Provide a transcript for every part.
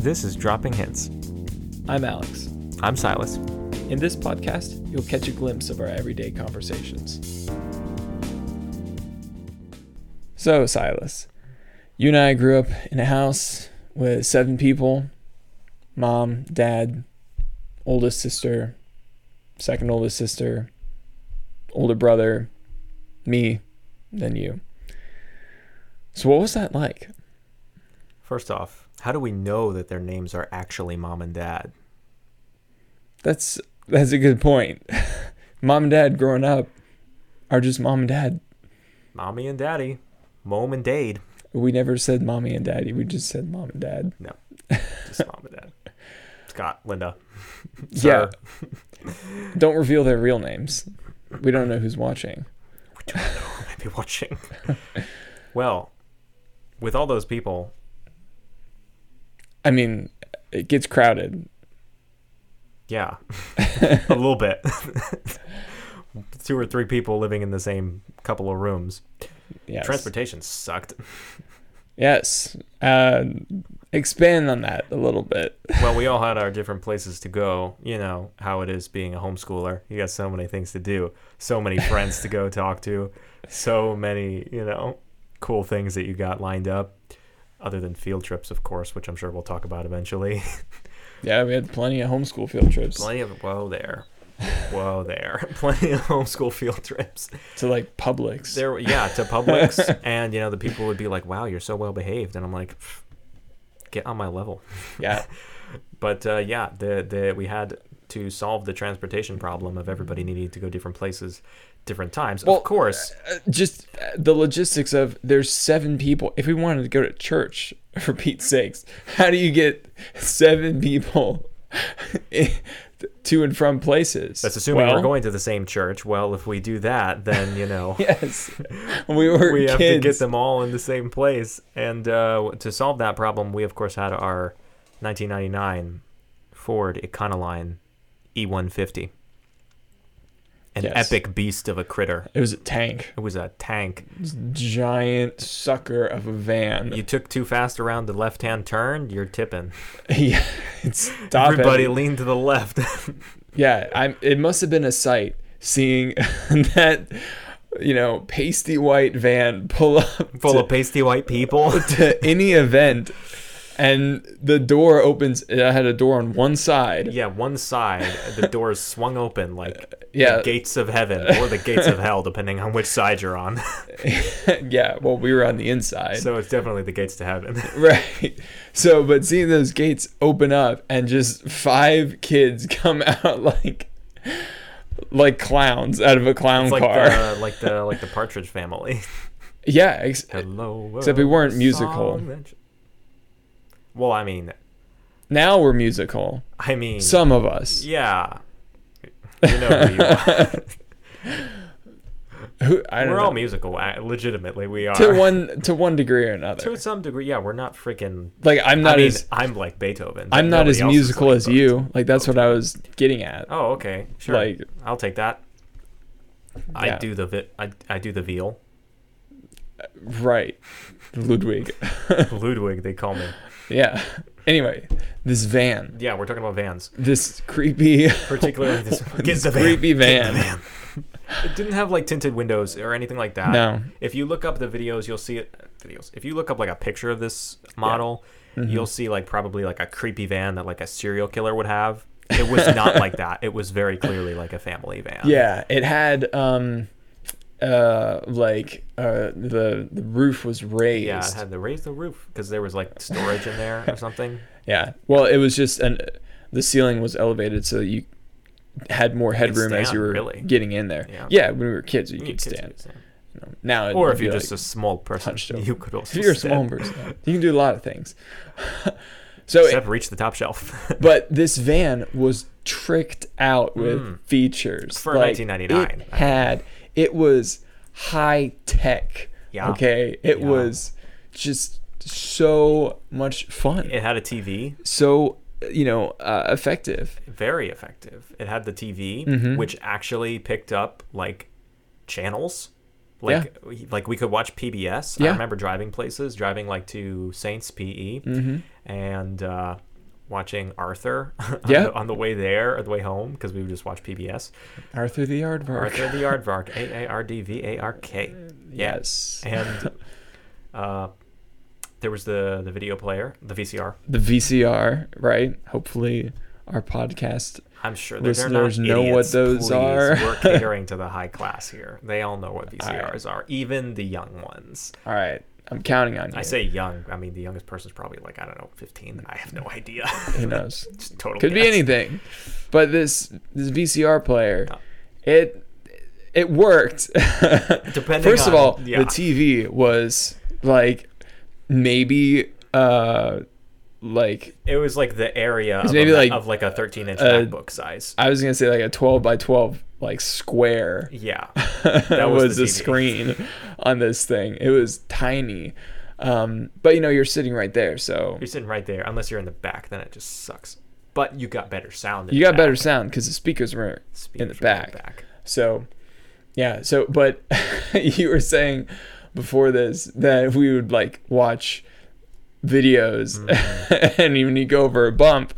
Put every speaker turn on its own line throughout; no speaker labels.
This is Dropping Hints.
I'm Alex.
I'm Silas.
In this podcast, you'll catch a glimpse of our everyday conversations. So, Silas, you and I grew up in a house with seven people mom, dad, oldest sister, second oldest sister, older brother, me, then you. So, what was that like?
First off, how do we know that their names are actually mom and dad?
That's that's a good point. mom and dad growing up are just mom and dad.
Mommy and daddy. Mom and dade.
We never said mommy and daddy. We just said mom and dad.
No. Just mom and dad. Scott, Linda.
Yeah.
Sir.
Don't reveal their real names. We don't know who's watching.
Who might be watching? well, with all those people,
I mean, it gets crowded.
yeah. a little bit. Two or three people living in the same couple of rooms.
Yes.
Transportation sucked.
Yes. Uh, expand on that a little bit.
well, we all had our different places to go. You know how it is being a homeschooler. You got so many things to do, so many friends to go talk to, so many, you know, cool things that you got lined up, other than field trips, of course, which I'm sure we'll talk about eventually.
Yeah, we had plenty of homeschool field trips
Plenty of, whoa there. Whoa there. Plenty of homeschool field trips.
to like Publix.
There, yeah, to Publix. and, you know, the people would be like, wow, you're so well behaved. And I'm like, get on my level.
yeah.
But uh, yeah, the the we had to solve the transportation problem of everybody needing to go different places, different times.
Mm-hmm. Well,
of course,
Uh, just uh, the logistics of there's seven people. If we wanted to go to church, for Pete's sakes, how do you get seven people to and from places?
that's assuming
Well,
we're going to the same church. Well, if we do that, then you know
Yes, we were
we
kids.
have to get them all in the same place. And uh, to solve that problem, we of course had our 1999 Ford Econoline E150, an
Yes.
epic beast of a critter.
It was a tank,
It was a tank.
giant sucker of a van.
You took too fast around the left-hand turn, you're tipping.
yeah, it's top
Everybody
heavy.
lean to the left.
Yeah, I'm. It must have been a sight seeing that, you know, pasty white van pull up
full
to-
of pasty white people.
to any event and the door opens it had a door on one side
yeah, one side, the doors swung open like
yeah
the gates of heaven or the gates of hell, depending on which side you're on.
yeah well we were on the inside
so it's definitely the gates to heaven.
right so but seeing those gates open up and just five kids come out like like clowns out of a clown
It's like
car
the like the like the Partridge Family.
yeah ex-
Hello.
Except we
world,
weren't
a
musical.
song that you- Well, I mean,
now we're musical
I mean,
some of us
yeah. You know who you are.
who i don't
We're
know
all musical. I- Legitimately, we are.
to one to one degree or another
to some degree, yeah, we're not freaking.
like i'm
I
not
mean,
as
I'm like Beethoven. but
i'm not
nobody
as
else is
musical
like
as
Beethoven.
you like that's what i was getting at
Oh, okay, sure.
Like-
I'll take that. I
Yeah.
do the vi- I, I do the veal.
Right. Ludwig.
Ludwig, they call me.
yeah. Anyway, this van,
Yeah, we're talking about vans,
this creepy,
particularly this. Get the van.
creepy van.
It didn't have like tinted windows or anything like that.
No.
If you look up the videos, you'll see it. Videos. If you look up like a picture of this model,
Mm-hmm.
you'll see like probably like a creepy van that like a serial killer would have. It was not like that. It was very clearly like a family van.
Yeah, it had um, uh, like uh, the the roof was raised.
Yeah, it had to raise the roof because there was like storage in there or something.
Yeah. Well, it was just an the ceiling was elevated so you had more headroom as
stand,
you were
really.
getting in there.
Yeah.
when we were kids, you, could
Kids
stand.
do stand.
You know, now, it
Or
would
if
be
you're
like-
just a small person,
hunched over.
you could
if
also
you're a
stand,
small person, you can do a lot of things. so it-
except reach the top shelf.
But this van was tricked out with features
Hmm. For 1999,
It had it was high tech.
Yeah.
Okay. It
Yeah.
was just so much fun.
it had a TV,
so you know uh, effective.
very effective. It had the TV,
Mm-hmm.
which actually picked up like channels. Like, we- like we could watch PBS.
Yeah. Mm-hmm.
I remember driving places, driving like to Saints PE, E and uh, watching Arthur on,
Yeah.
the, on the way there or the way home because we would just watch PBS.
Arthur the Aardvark.
Arthur the Aardvark, A A R D V A R K.
Yes.
And uh, there was the the video player, the VCR.
The VCR, right? Hopefully, our podcast.
I'm sure that they're not
Listeners know what
idiots,
those
please.
are.
We're catering to the high class here. They all know what
All right.
VCRs are, even the young ones.
All right. I'm counting on you.
I say young. I mean, the youngest person's probably like I don't know, 15. I have no idea.
Who knows?
Just total
Could be
guess.
anything. But this this VCR player,
Yeah.
it it worked.
Depending
First of
on-
all,
yeah.
the TV was like maybe uh like
It was like the area
It's
of,
maybe
a,
like,
of like a 13 inch
uh,
MacBook size.
I was gonna say like a twelve by twelve like square
Yeah,
that
was
was
the
the,
TV.
screen on this thing. It was tiny. Um, but you know you're sitting right there, so
you're sitting right there. Unless you're in the back, then it just sucks. But you got better sound. in
you
the
got better
back.
sound because the speakers were
Speakers
in the
were
back. So, yeah. So, but you were saying before this that we would like watch videos, and even you go over a bump.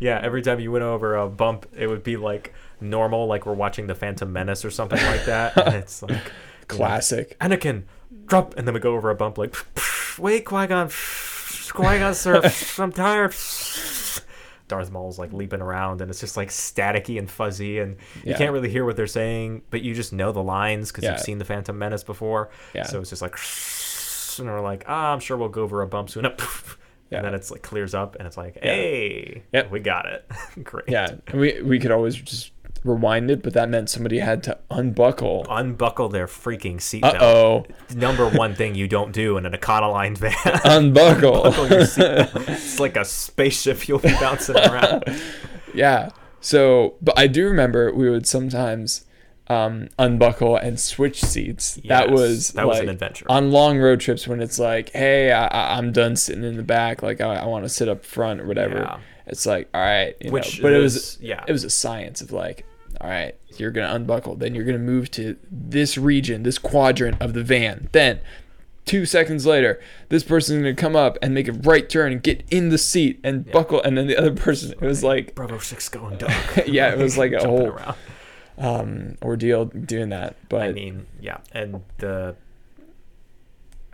yeah, every time you went over a bump, it would be like normal, like we're watching The Phantom Menace or something like that. And it's like
Classic.
Anakin, drop, and then we go over a bump like, wait, Qui Gon, Qui Gon, sir, I'm tired. Darth Maul's like leaping around, and it's just like staticky and fuzzy, and you
Yeah.
can't really hear what they're saying, but you just know the lines because
Yeah.
you've seen the Phantom Menace before.
Yeah.
So it's just like, and we're like, ah, I'm sure we'll go over a bump soon.
Yeah.
And then it's like clears up, and it's like,
Yeah.
hey,
Yep.
we got it. Great.
Yeah. We we could always just rewind it, but that meant somebody had to unbuckle.
Unbuckle their freaking
Uh
seatbelt.
oh.
Number one thing you don't do in an Econoline van.
Unbuckle.
buckle your seatbelt. it's like a spaceship you'll be bouncing around.
Yeah. So, but I do remember we would sometimes um, unbuckle and switch seats.
Yes,
that was
that was an
like,
adventure.
on long road trips when it's like, hey, I- I, I'm done sitting in the back. Like I, I want to sit up front or whatever.
Yeah.
It's like, all right, you
Which
know. But it
is-
was
yeah.
it was a science of like, all right, you're gonna unbuckle, then you're gonna move to this region, this quadrant of the van, then. Two seconds later, this person's gonna come up and make a right turn and get in the seat and buckle, and then the other person. It was like
Bravo six going dark.
Yeah, it was like a
Jumping
whole-
Around.
um ordeal doing that but
I mean, yeah, and the.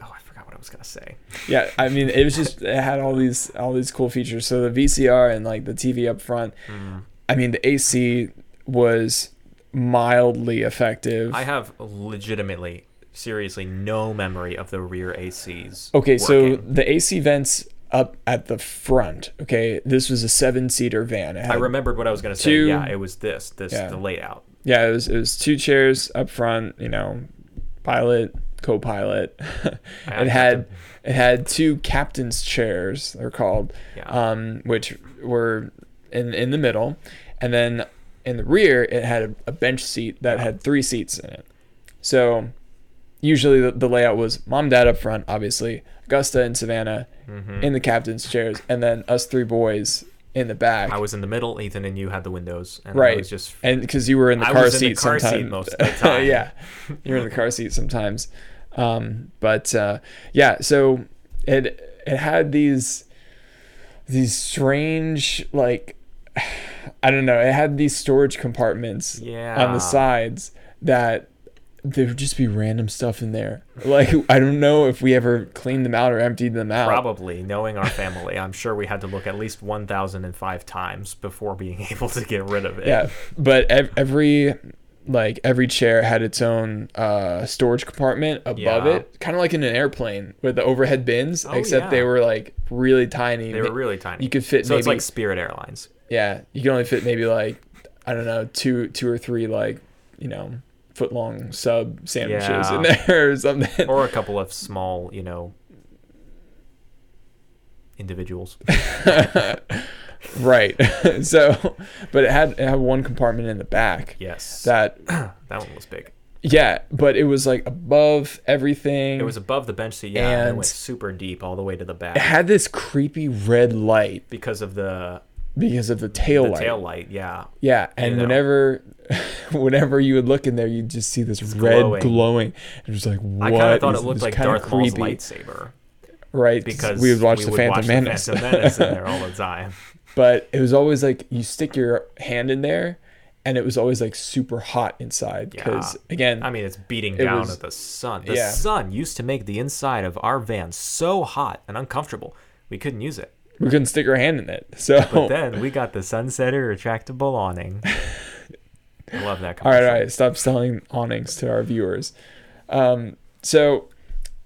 Oh, I forgot what I was gonna say.
yeah i mean it was just it had all these all these cool features so the vcr and like the tv up front
Mm.
i mean the ac was mildly effective
I have legitimately, seriously, no memory of the rear ACs.
okay so
working.
the ac vents up at the front okay this was a seven seater van It
I
had-
remembered what I was gonna say.
two-
yeah, it was this, this,
Yeah.
the layout.
yeah it was it was two chairs up front you know pilot co-pilot it had it had two captain's chairs they're called
Yeah.
um, which were in in the middle, and then in the rear it had a, a bench seat that had three seats in it. So usually the, the layout was mom, dad up front, obviously Augusta and Savannah
Mm-hmm.
in the captain's chairs, and then us three boys in the back,
I was in the middle. Ethan and you had the windows, and I
Right.
was just
and because you were in the
I
car
was in
seat
the car seat
sometimes,
most of the time.
yeah, you're in the car seat sometimes. Um, but uh, yeah, so it it had these these strange like I don't know. It had these storage compartments
yeah
on the sides that there would just be random stuff in there. Like I don't know if we ever cleaned them out or emptied them out.
Probably, knowing our family, I'm sure we had to look at least 1,005 times before being able to get rid of it.
yeah but ev- every like every chair had its own uh storage compartment above
Yeah.
it kind of like in an airplane with the overhead bins
Oh,
except
yeah.
they were like really tiny
They were really tiny.
you could fit
so it's
maybe-
like Spirit Airlines.
yeah you could only fit maybe like i don't know two two or three like you know foot long sub sandwiches
Yeah.
in there or something
Or a couple of small, you know, individuals.
right so but it had it had one compartment in the back
Yes. That,
that
one was big.
yeah but it was like above everything
It was above the bench seat, yeah, and, it
And-
went super deep all the way to the
it
back
had this creepy red light
because of the,
because of the tail
the
light.
tail light. Yeah.
Yeah, and
know.
whenever whenever you would look in there, you'd just see this red
glowing.
glowing. It was like what?
I kind of thought
is
it looked
this?
like
Kinda
Darth Maul's
creepy.
lightsaber.
right?
because
we would watch the Phantom Menace.
Phantom Menace in there all the time.
but it was always like you stick your hand in there, and it was always like super hot inside because
Yeah.
again,
I mean, it's beating
It
down
was-
at the sun. The
yeah.
sun used to make the inside of our van so hot and uncomfortable we couldn't use it.
we couldn't stick our hand in it. So
But then we got the sunsetter retractable awning. I love that.
All right,
Commercial.
all right. Stop selling awnings to our viewers. Um, so,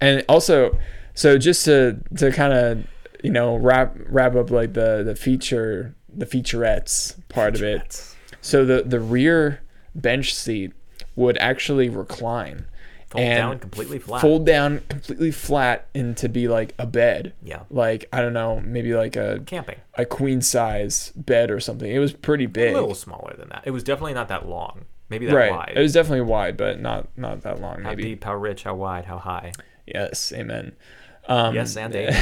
and also, so just to to kind of you know wrap wrap up like the the feature the featurettes part of it.
That's-
So the the rear bench seat would actually recline,
Fold
And
down completely flat.
fold down completely flat, and to be like a bed.
yeah,
Like I don't know, maybe like a
camping.
a queen size bed or something. It was pretty
A
big.
little smaller than that. It was definitely not that long. Maybe that
right.
wide.
It was definitely wide, but not not that long.
how
Maybe
deep, how rich, how wide, how high.
Yes, amen. Um,
yes, and eight.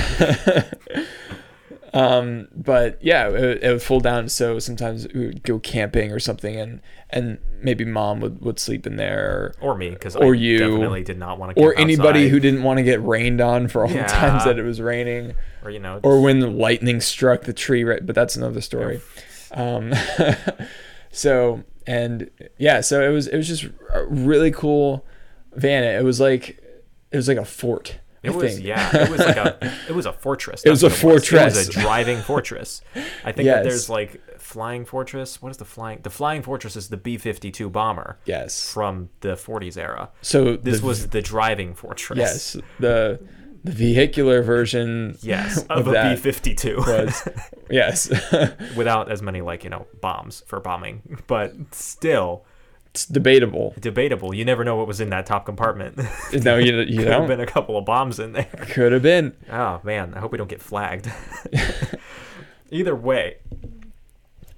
um, but yeah, it, it would fold down. So sometimes we would go camping or something, and and maybe mom would, would sleep in there,
or me because
Or
I
you.
definitely did not want to.
or, or anybody who didn't want to get rained on for all
Yeah.
the times that it was raining,
or you know,
or when the lightning struck the tree. Right, but that's another story. Um, so and yeah, so it was it was just a really cool van. It was like it was like a fort. I
It was
think.
yeah. It was like a it was a fortress.
It was
That's
a
what It was, It
fortress.
was a driving fortress. I think
Yes.
that there's like flying fortress. What is the flying? The flying fortress is the B-52 bomber
Yes.
from the 40s era.
So
This
the-
was the driving fortress.
Yes, the the vehicular version.
Yes,
of
of a
that
B-52
was yes,
without as many like, you know, bombs for bombing, but still
it's debatable.
debatable. You never know what was in that top compartment.
No, you you
Could have
don't.
been a couple of bombs in there.
Could have been.
Oh man, I hope we don't get flagged. Either way,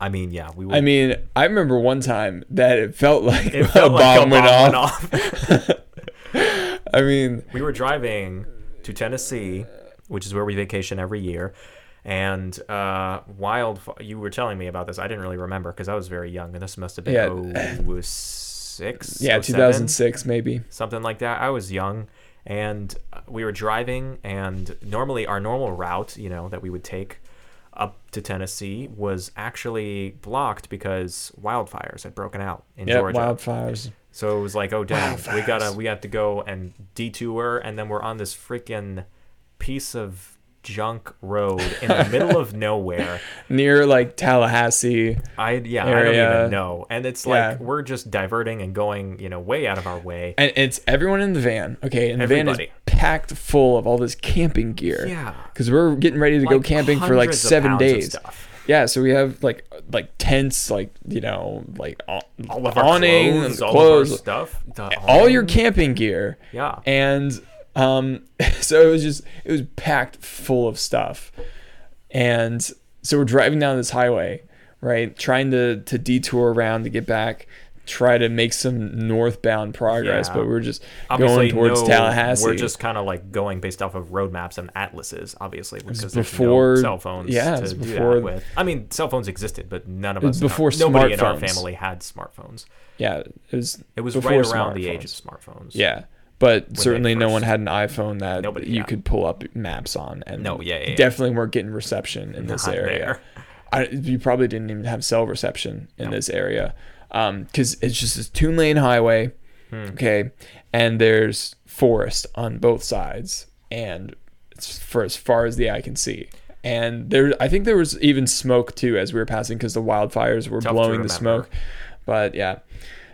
I mean, yeah, we would
I mean, I remember one time that it felt like
It
a
felt
bomb,
like a
went,
bomb
off.
went off.
I mean,
we were driving to Tennessee, which is where we vacation every year. And uh, wild, you were telling me about this. I didn't really remember because I was very young, and this must have been
Yeah.
oh six,
yeah,
07?
2006 maybe.
something like that. I was young and uh, we were driving and normally our normal route, you know, that we would take up to Tennessee was actually blocked because wildfires had broken out in
Yeah,
Georgia.
wildfires.
So it was like, oh damn, we
Wildfires.
gotta we have to go and detour, and then we're on this freaking piece of junk road in the middle of nowhere.
Near like Tallahassee,
I yeah, I don't
Area.
even know, and it's
Yeah.
like we're just diverting and going, you know, way out of our way.
and it's everyone in the van. Okay, and the van is
Everybody.
packed full of all this camping gear.
Yeah.
because we're getting ready to go
Like,
camping for like
hundreds of
seven
pounds of
days.
stuff.
Yeah, so we have like like tents, like you know, like au-
All of our
awning,
clothes,
and
all of our
clothes,
stuff, the
all your
awning.
camping gear.
Yeah.
and um, so it was just it was packed full of stuff, and so we're driving down this highway, right, trying to to detour around to get back, try to make some northbound progress,
Yeah.
but we're just
Obviously,
going towards
no,
Tallahassee.
We're just kind of like going based off of road maps and atlases, obviously, because
before-
there's no cell phones
yeah,
to
it's
do
before-
that with. I mean, cell phones existed, but none of
It's
us,
before
nobody in our
smartphones.
family had smartphones.
yeah, it was
It was
before
right around the
smartphones.
age of smartphones.
Yeah, but certainly no
first-
one had an iPhone that
Nobody,
you
yeah.
could pull up maps on, and
No, yeah, yeah, yeah.
definitely weren't getting reception in this
Not
area.
there.
I, you probably didn't even have cell reception in this area, because it's just this two lane highway,
Hmm.
okay, and there's forest on both sides, and it's for as far as the eye can see. And there, I think there was even smoke too as we were passing because the wildfires were
Tough to
blowing
remember.
the smoke. But yeah.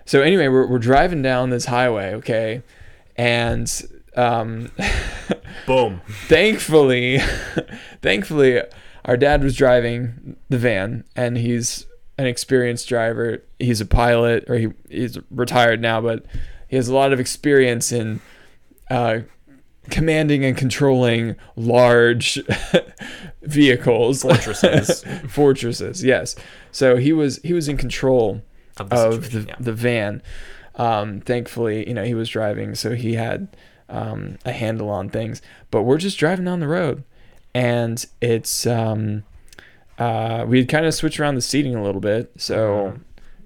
So anyway, we're, we're driving down this highway, okay? And um,
Boom.
thankfully, thankfully, our dad was driving the van and he's an experienced driver. He's a pilot or he, he's retired now, but he has a lot of experience in uh, commanding and controlling large vehicles,
Fortresses
fortresses. Yes. So he was he was in control
of the
of the,
situation. yeah.
the van. Um, thankfully, you know, he was driving, so he had um, a handle on things. But we're just driving down the road, and it's um, uh, we had kind of switched around the seating a little bit. So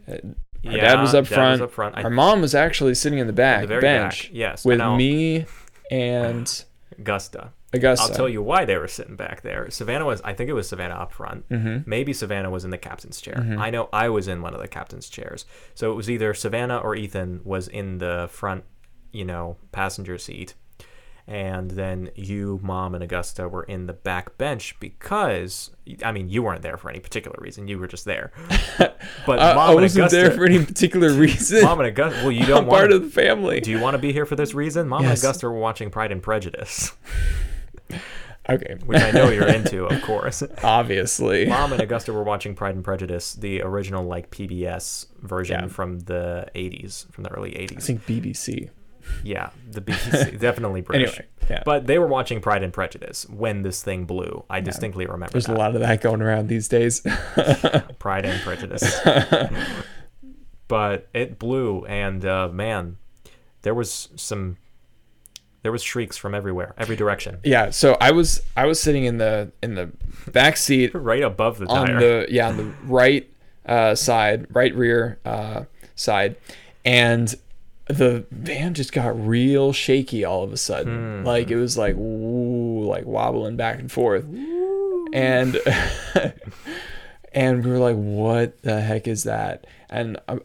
our dad was
Mm-hmm. Yeah,
up front.
up front. I-
our mom was actually sitting in the back
the very
bench
back. Yes.
with
and now
me and
Gusta.
Augusta.
I'll tell you why they were sitting back there. Savannah was, I think it was Savannah up front.
Mm-hmm.
Maybe Savannah was in the captain's chair.
Mhm.
I know I was in one of the captain's chairs. So it was either Savannah or Ethan was in the front, you know, passenger seat. And then you, mom, and Augusta were in the back bench because, I mean, you weren't there for any particular reason. You were just there. But
I,
mom
I
and
wasn't
Augusta,
there for any particular reason.
mom and Augusta, well, you
I'm
don't want
part
to
of the family.
Do you want to be here for this reason? Mom
Yes.
and Augusta were watching Pride and Prejudice,
okay,
which I know you're into, of course.
obviously.
Mom and Augusta were watching Pride and Prejudice, the original like PBS version
Yeah.
from the 80s, from the early
I
80s.
think BBC.
Yeah, the BBC, definitely British.
Anyway, yeah.
But they were watching Pride and Prejudice when this thing blew. I distinctly remember
There's
that.
a lot of that going around these days.
Pride and Prejudice. but it blew, and uh, man, there was some, there was shrieks from everywhere, every direction,
yeah, so I was I was sitting in the in the back seat
right above the
on
tire.
the yeah on the right uh, side, right rear uh, side, and the van just got real shaky all of a sudden. Like it was like ooh, like wobbling back and forth, and and we were like, what the heck is that? And um,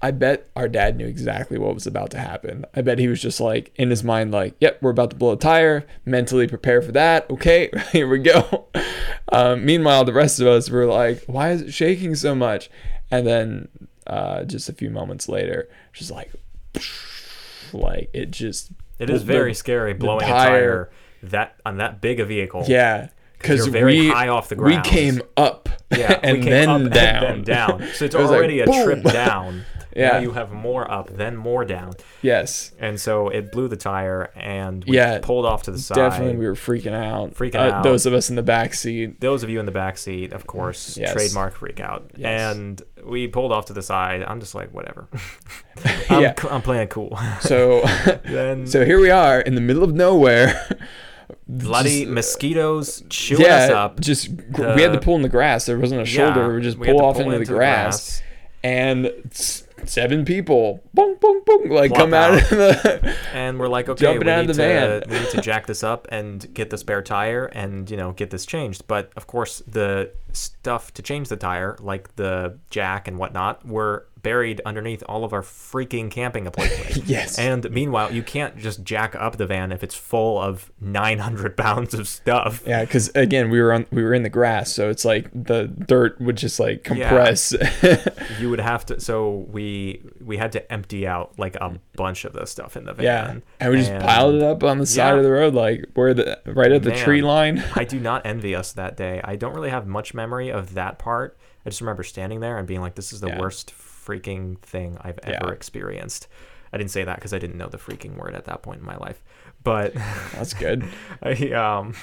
I, I bet our dad knew exactly what was about to happen. I bet he was just like in his mind, like, "Yep, we're about to blow a tire." Mentally prepare for that. Okay, here we go. Um, meanwhile, the rest of us were like, "Why is it shaking so much?" And then, uh, just a few moments later, just like, like it just
It is
the-
very scary blowing a
tire-
tire that on that big a vehicle.
yeah because
you're very
we
high off the
we
ground.
came up
Yeah,
and
we came
then
up and
down
then down. So it's
It was like,
already a trip
boom.
down.
Yeah.
Now you have more up, then more down,
yes
and so it blew the tire, and we
Yeah,
pulled off to the side.
definitely we were freaking out
Freaking
Uh,
out.
those of us in the back seat
Those of you in the back seat, of course,
Yes.
trademark freak out.
Yes.
And we pulled off to the side. I'm just like, whatever. I'm,
Yeah.
I'm playing it cool.
so
then
so here we are in the middle of nowhere
bloody
just- uh,
mosquitoes chewing us up.
just gr we had to
The-
pull in the grass. There wasn't a shoulder.
Yeah,
we would just
we had
pull
to
off
pull
into,
into
the
the
grass,
grass.
and s- seven people, boom, boom, boom, like
Plop
come out,
out.
of the.
and we're like, okay,
Jumping
we,
out of
need
the
to,
van.
we need to jack this up and get the spare tire and you know get this changed. But of course, the stuff to change the tire, like the jack and whatnot, were buried underneath all of our freaking camping equipment.
yes.
And meanwhile, you can't just jack up the van if it's full of 900 pounds of stuff.
yeah, because again, we were on we were in the grass, so it's like the dirt would just like compress.
You would have to. So we we had to empty out like a bunch of this stuff in the van.
yeah, and we just piled it up on the side
Yeah.
of the road, like where the right at the
Man.
tree line.
I do not envy us that day. I don't really have much memory of that part. I just remember standing there and being like, this is the
Yeah.
worst freaking thing I've
Yeah.
ever experienced. I didn't say that because I didn't know the freaking word at that point in my life. But
That's good.
I, um,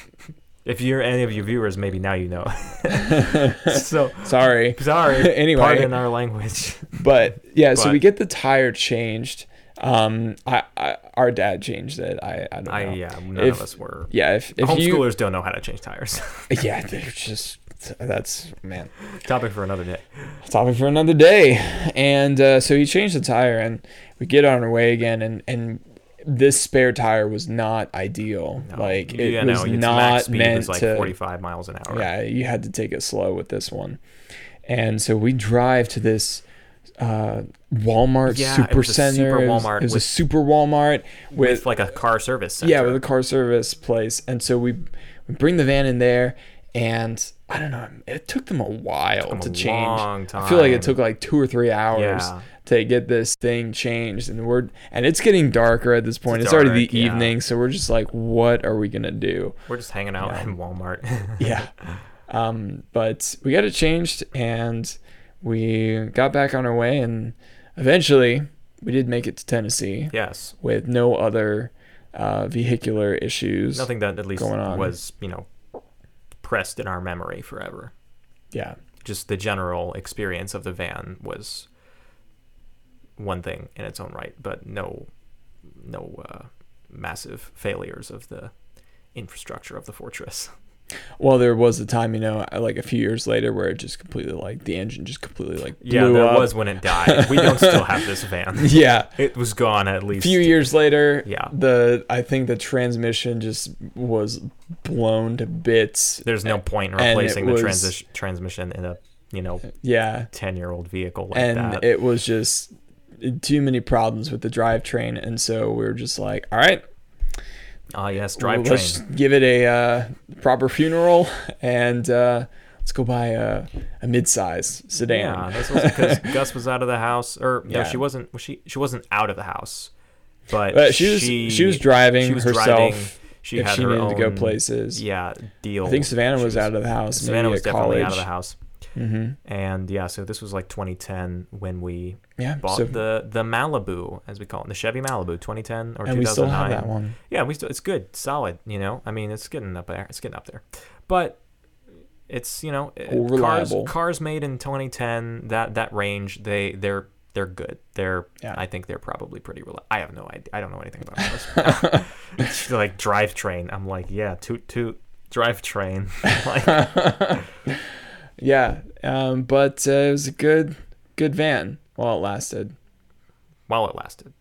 if you're any of your viewers, maybe now you know. so
Sorry.
sorry.
Anyway.
Pardon our language.
but yeah, so
But-
we get the tire changed. Um, I, I our dad changed it. I I don't know.
I, yeah, none
If-
of us were.
yeah, if if you
Homeschoolers don't know how to change tires.
yeah, they're just that's man
Topic for another day.
topic for another day. And uh, so he changed the tire, and we get on our way again, and and this spare tire was not ideal.
No.
like
You
it
know,
was
its max
not
speed
meant
is like
to.
45 miles an hour.
Yeah, you had to take it slow with this one. And so we drive to this uh, Walmart
Yeah, it
super
was a super
center. It was-
Walmart
It was a
with-
super Walmart with,
It's like a car service center.
yeah, with a car service place. And so we we bring the van in there, and I don't know. It took them a while
them
to
a
change.
long
I feel like
time.
it took like two or three hours
Yeah.
to get this thing changed, and we're and it's getting darker at this point. It's, already
dark,
the
yeah.
evening, so we're just like, what are we gonna do?
We're just hanging out in Walmart.
yeah. Um, but we got it changed and we got back on our way and eventually we did make it to Tennessee
yes.
with no other uh, vehicular issues.
Nothing that at least
Going on.
was, you know, pressed in our memory forever.
Yeah.
Just the general experience of the van was one thing in its own right, but no no uh, massive failures of the infrastructure of the fortress.
Well, there was a time, you know, I- like a few years later, where it just completely like the engine just completely like blew
Yeah, there
up.
was when it died. We don't still have this van.
yeah.
It was gone at
A
least.
few years later,
Yeah.
the I think the transmission just was blown to bits.
There's no point in
And it
replacing the
was-
transi- transmission in a you know
Yeah,
ten year old vehicle like
and
that.
it was just too many problems with the drivetrain, and so we were just like, all right,
Ah yes,
well,
drivetrain.
let's give it a uh, proper funeral and uh, let's go buy a, a mid-size sedan.
Yeah, this was because Gus was out of the house, or no,
Yeah.
she wasn't. Was she she wasn't out of the house, but,
But she was she, was driving
she was
herself
driving. She
if
had
she
her
needed
own
to go places.
Yeah, deal.
I think Savannah
She
was out of the house.
Savannah
maybe
was
at
definitely
college.
out of the house,
hmm
and yeah, so this was like 2010 when we
Yeah,
bought
so,
the the Malibu, as we call it, the Chevy Malibu, 2010 or 2009.
and we still have that one.
Yeah, we still it's good, solid. You know, I mean, it's getting up there. It's getting up there, but it's you know, it-
All
cars
reliable.
cars made in 2010 that that range they they're they're good. They're
Yeah.
I think they're probably pretty reliable. I have no idea. I don't know anything about cars. It's like drivetrain. I'm like, yeah, toot toot drivetrain. like,
Yeah, um, but uh, it was a good good van while it lasted.
while it lasted,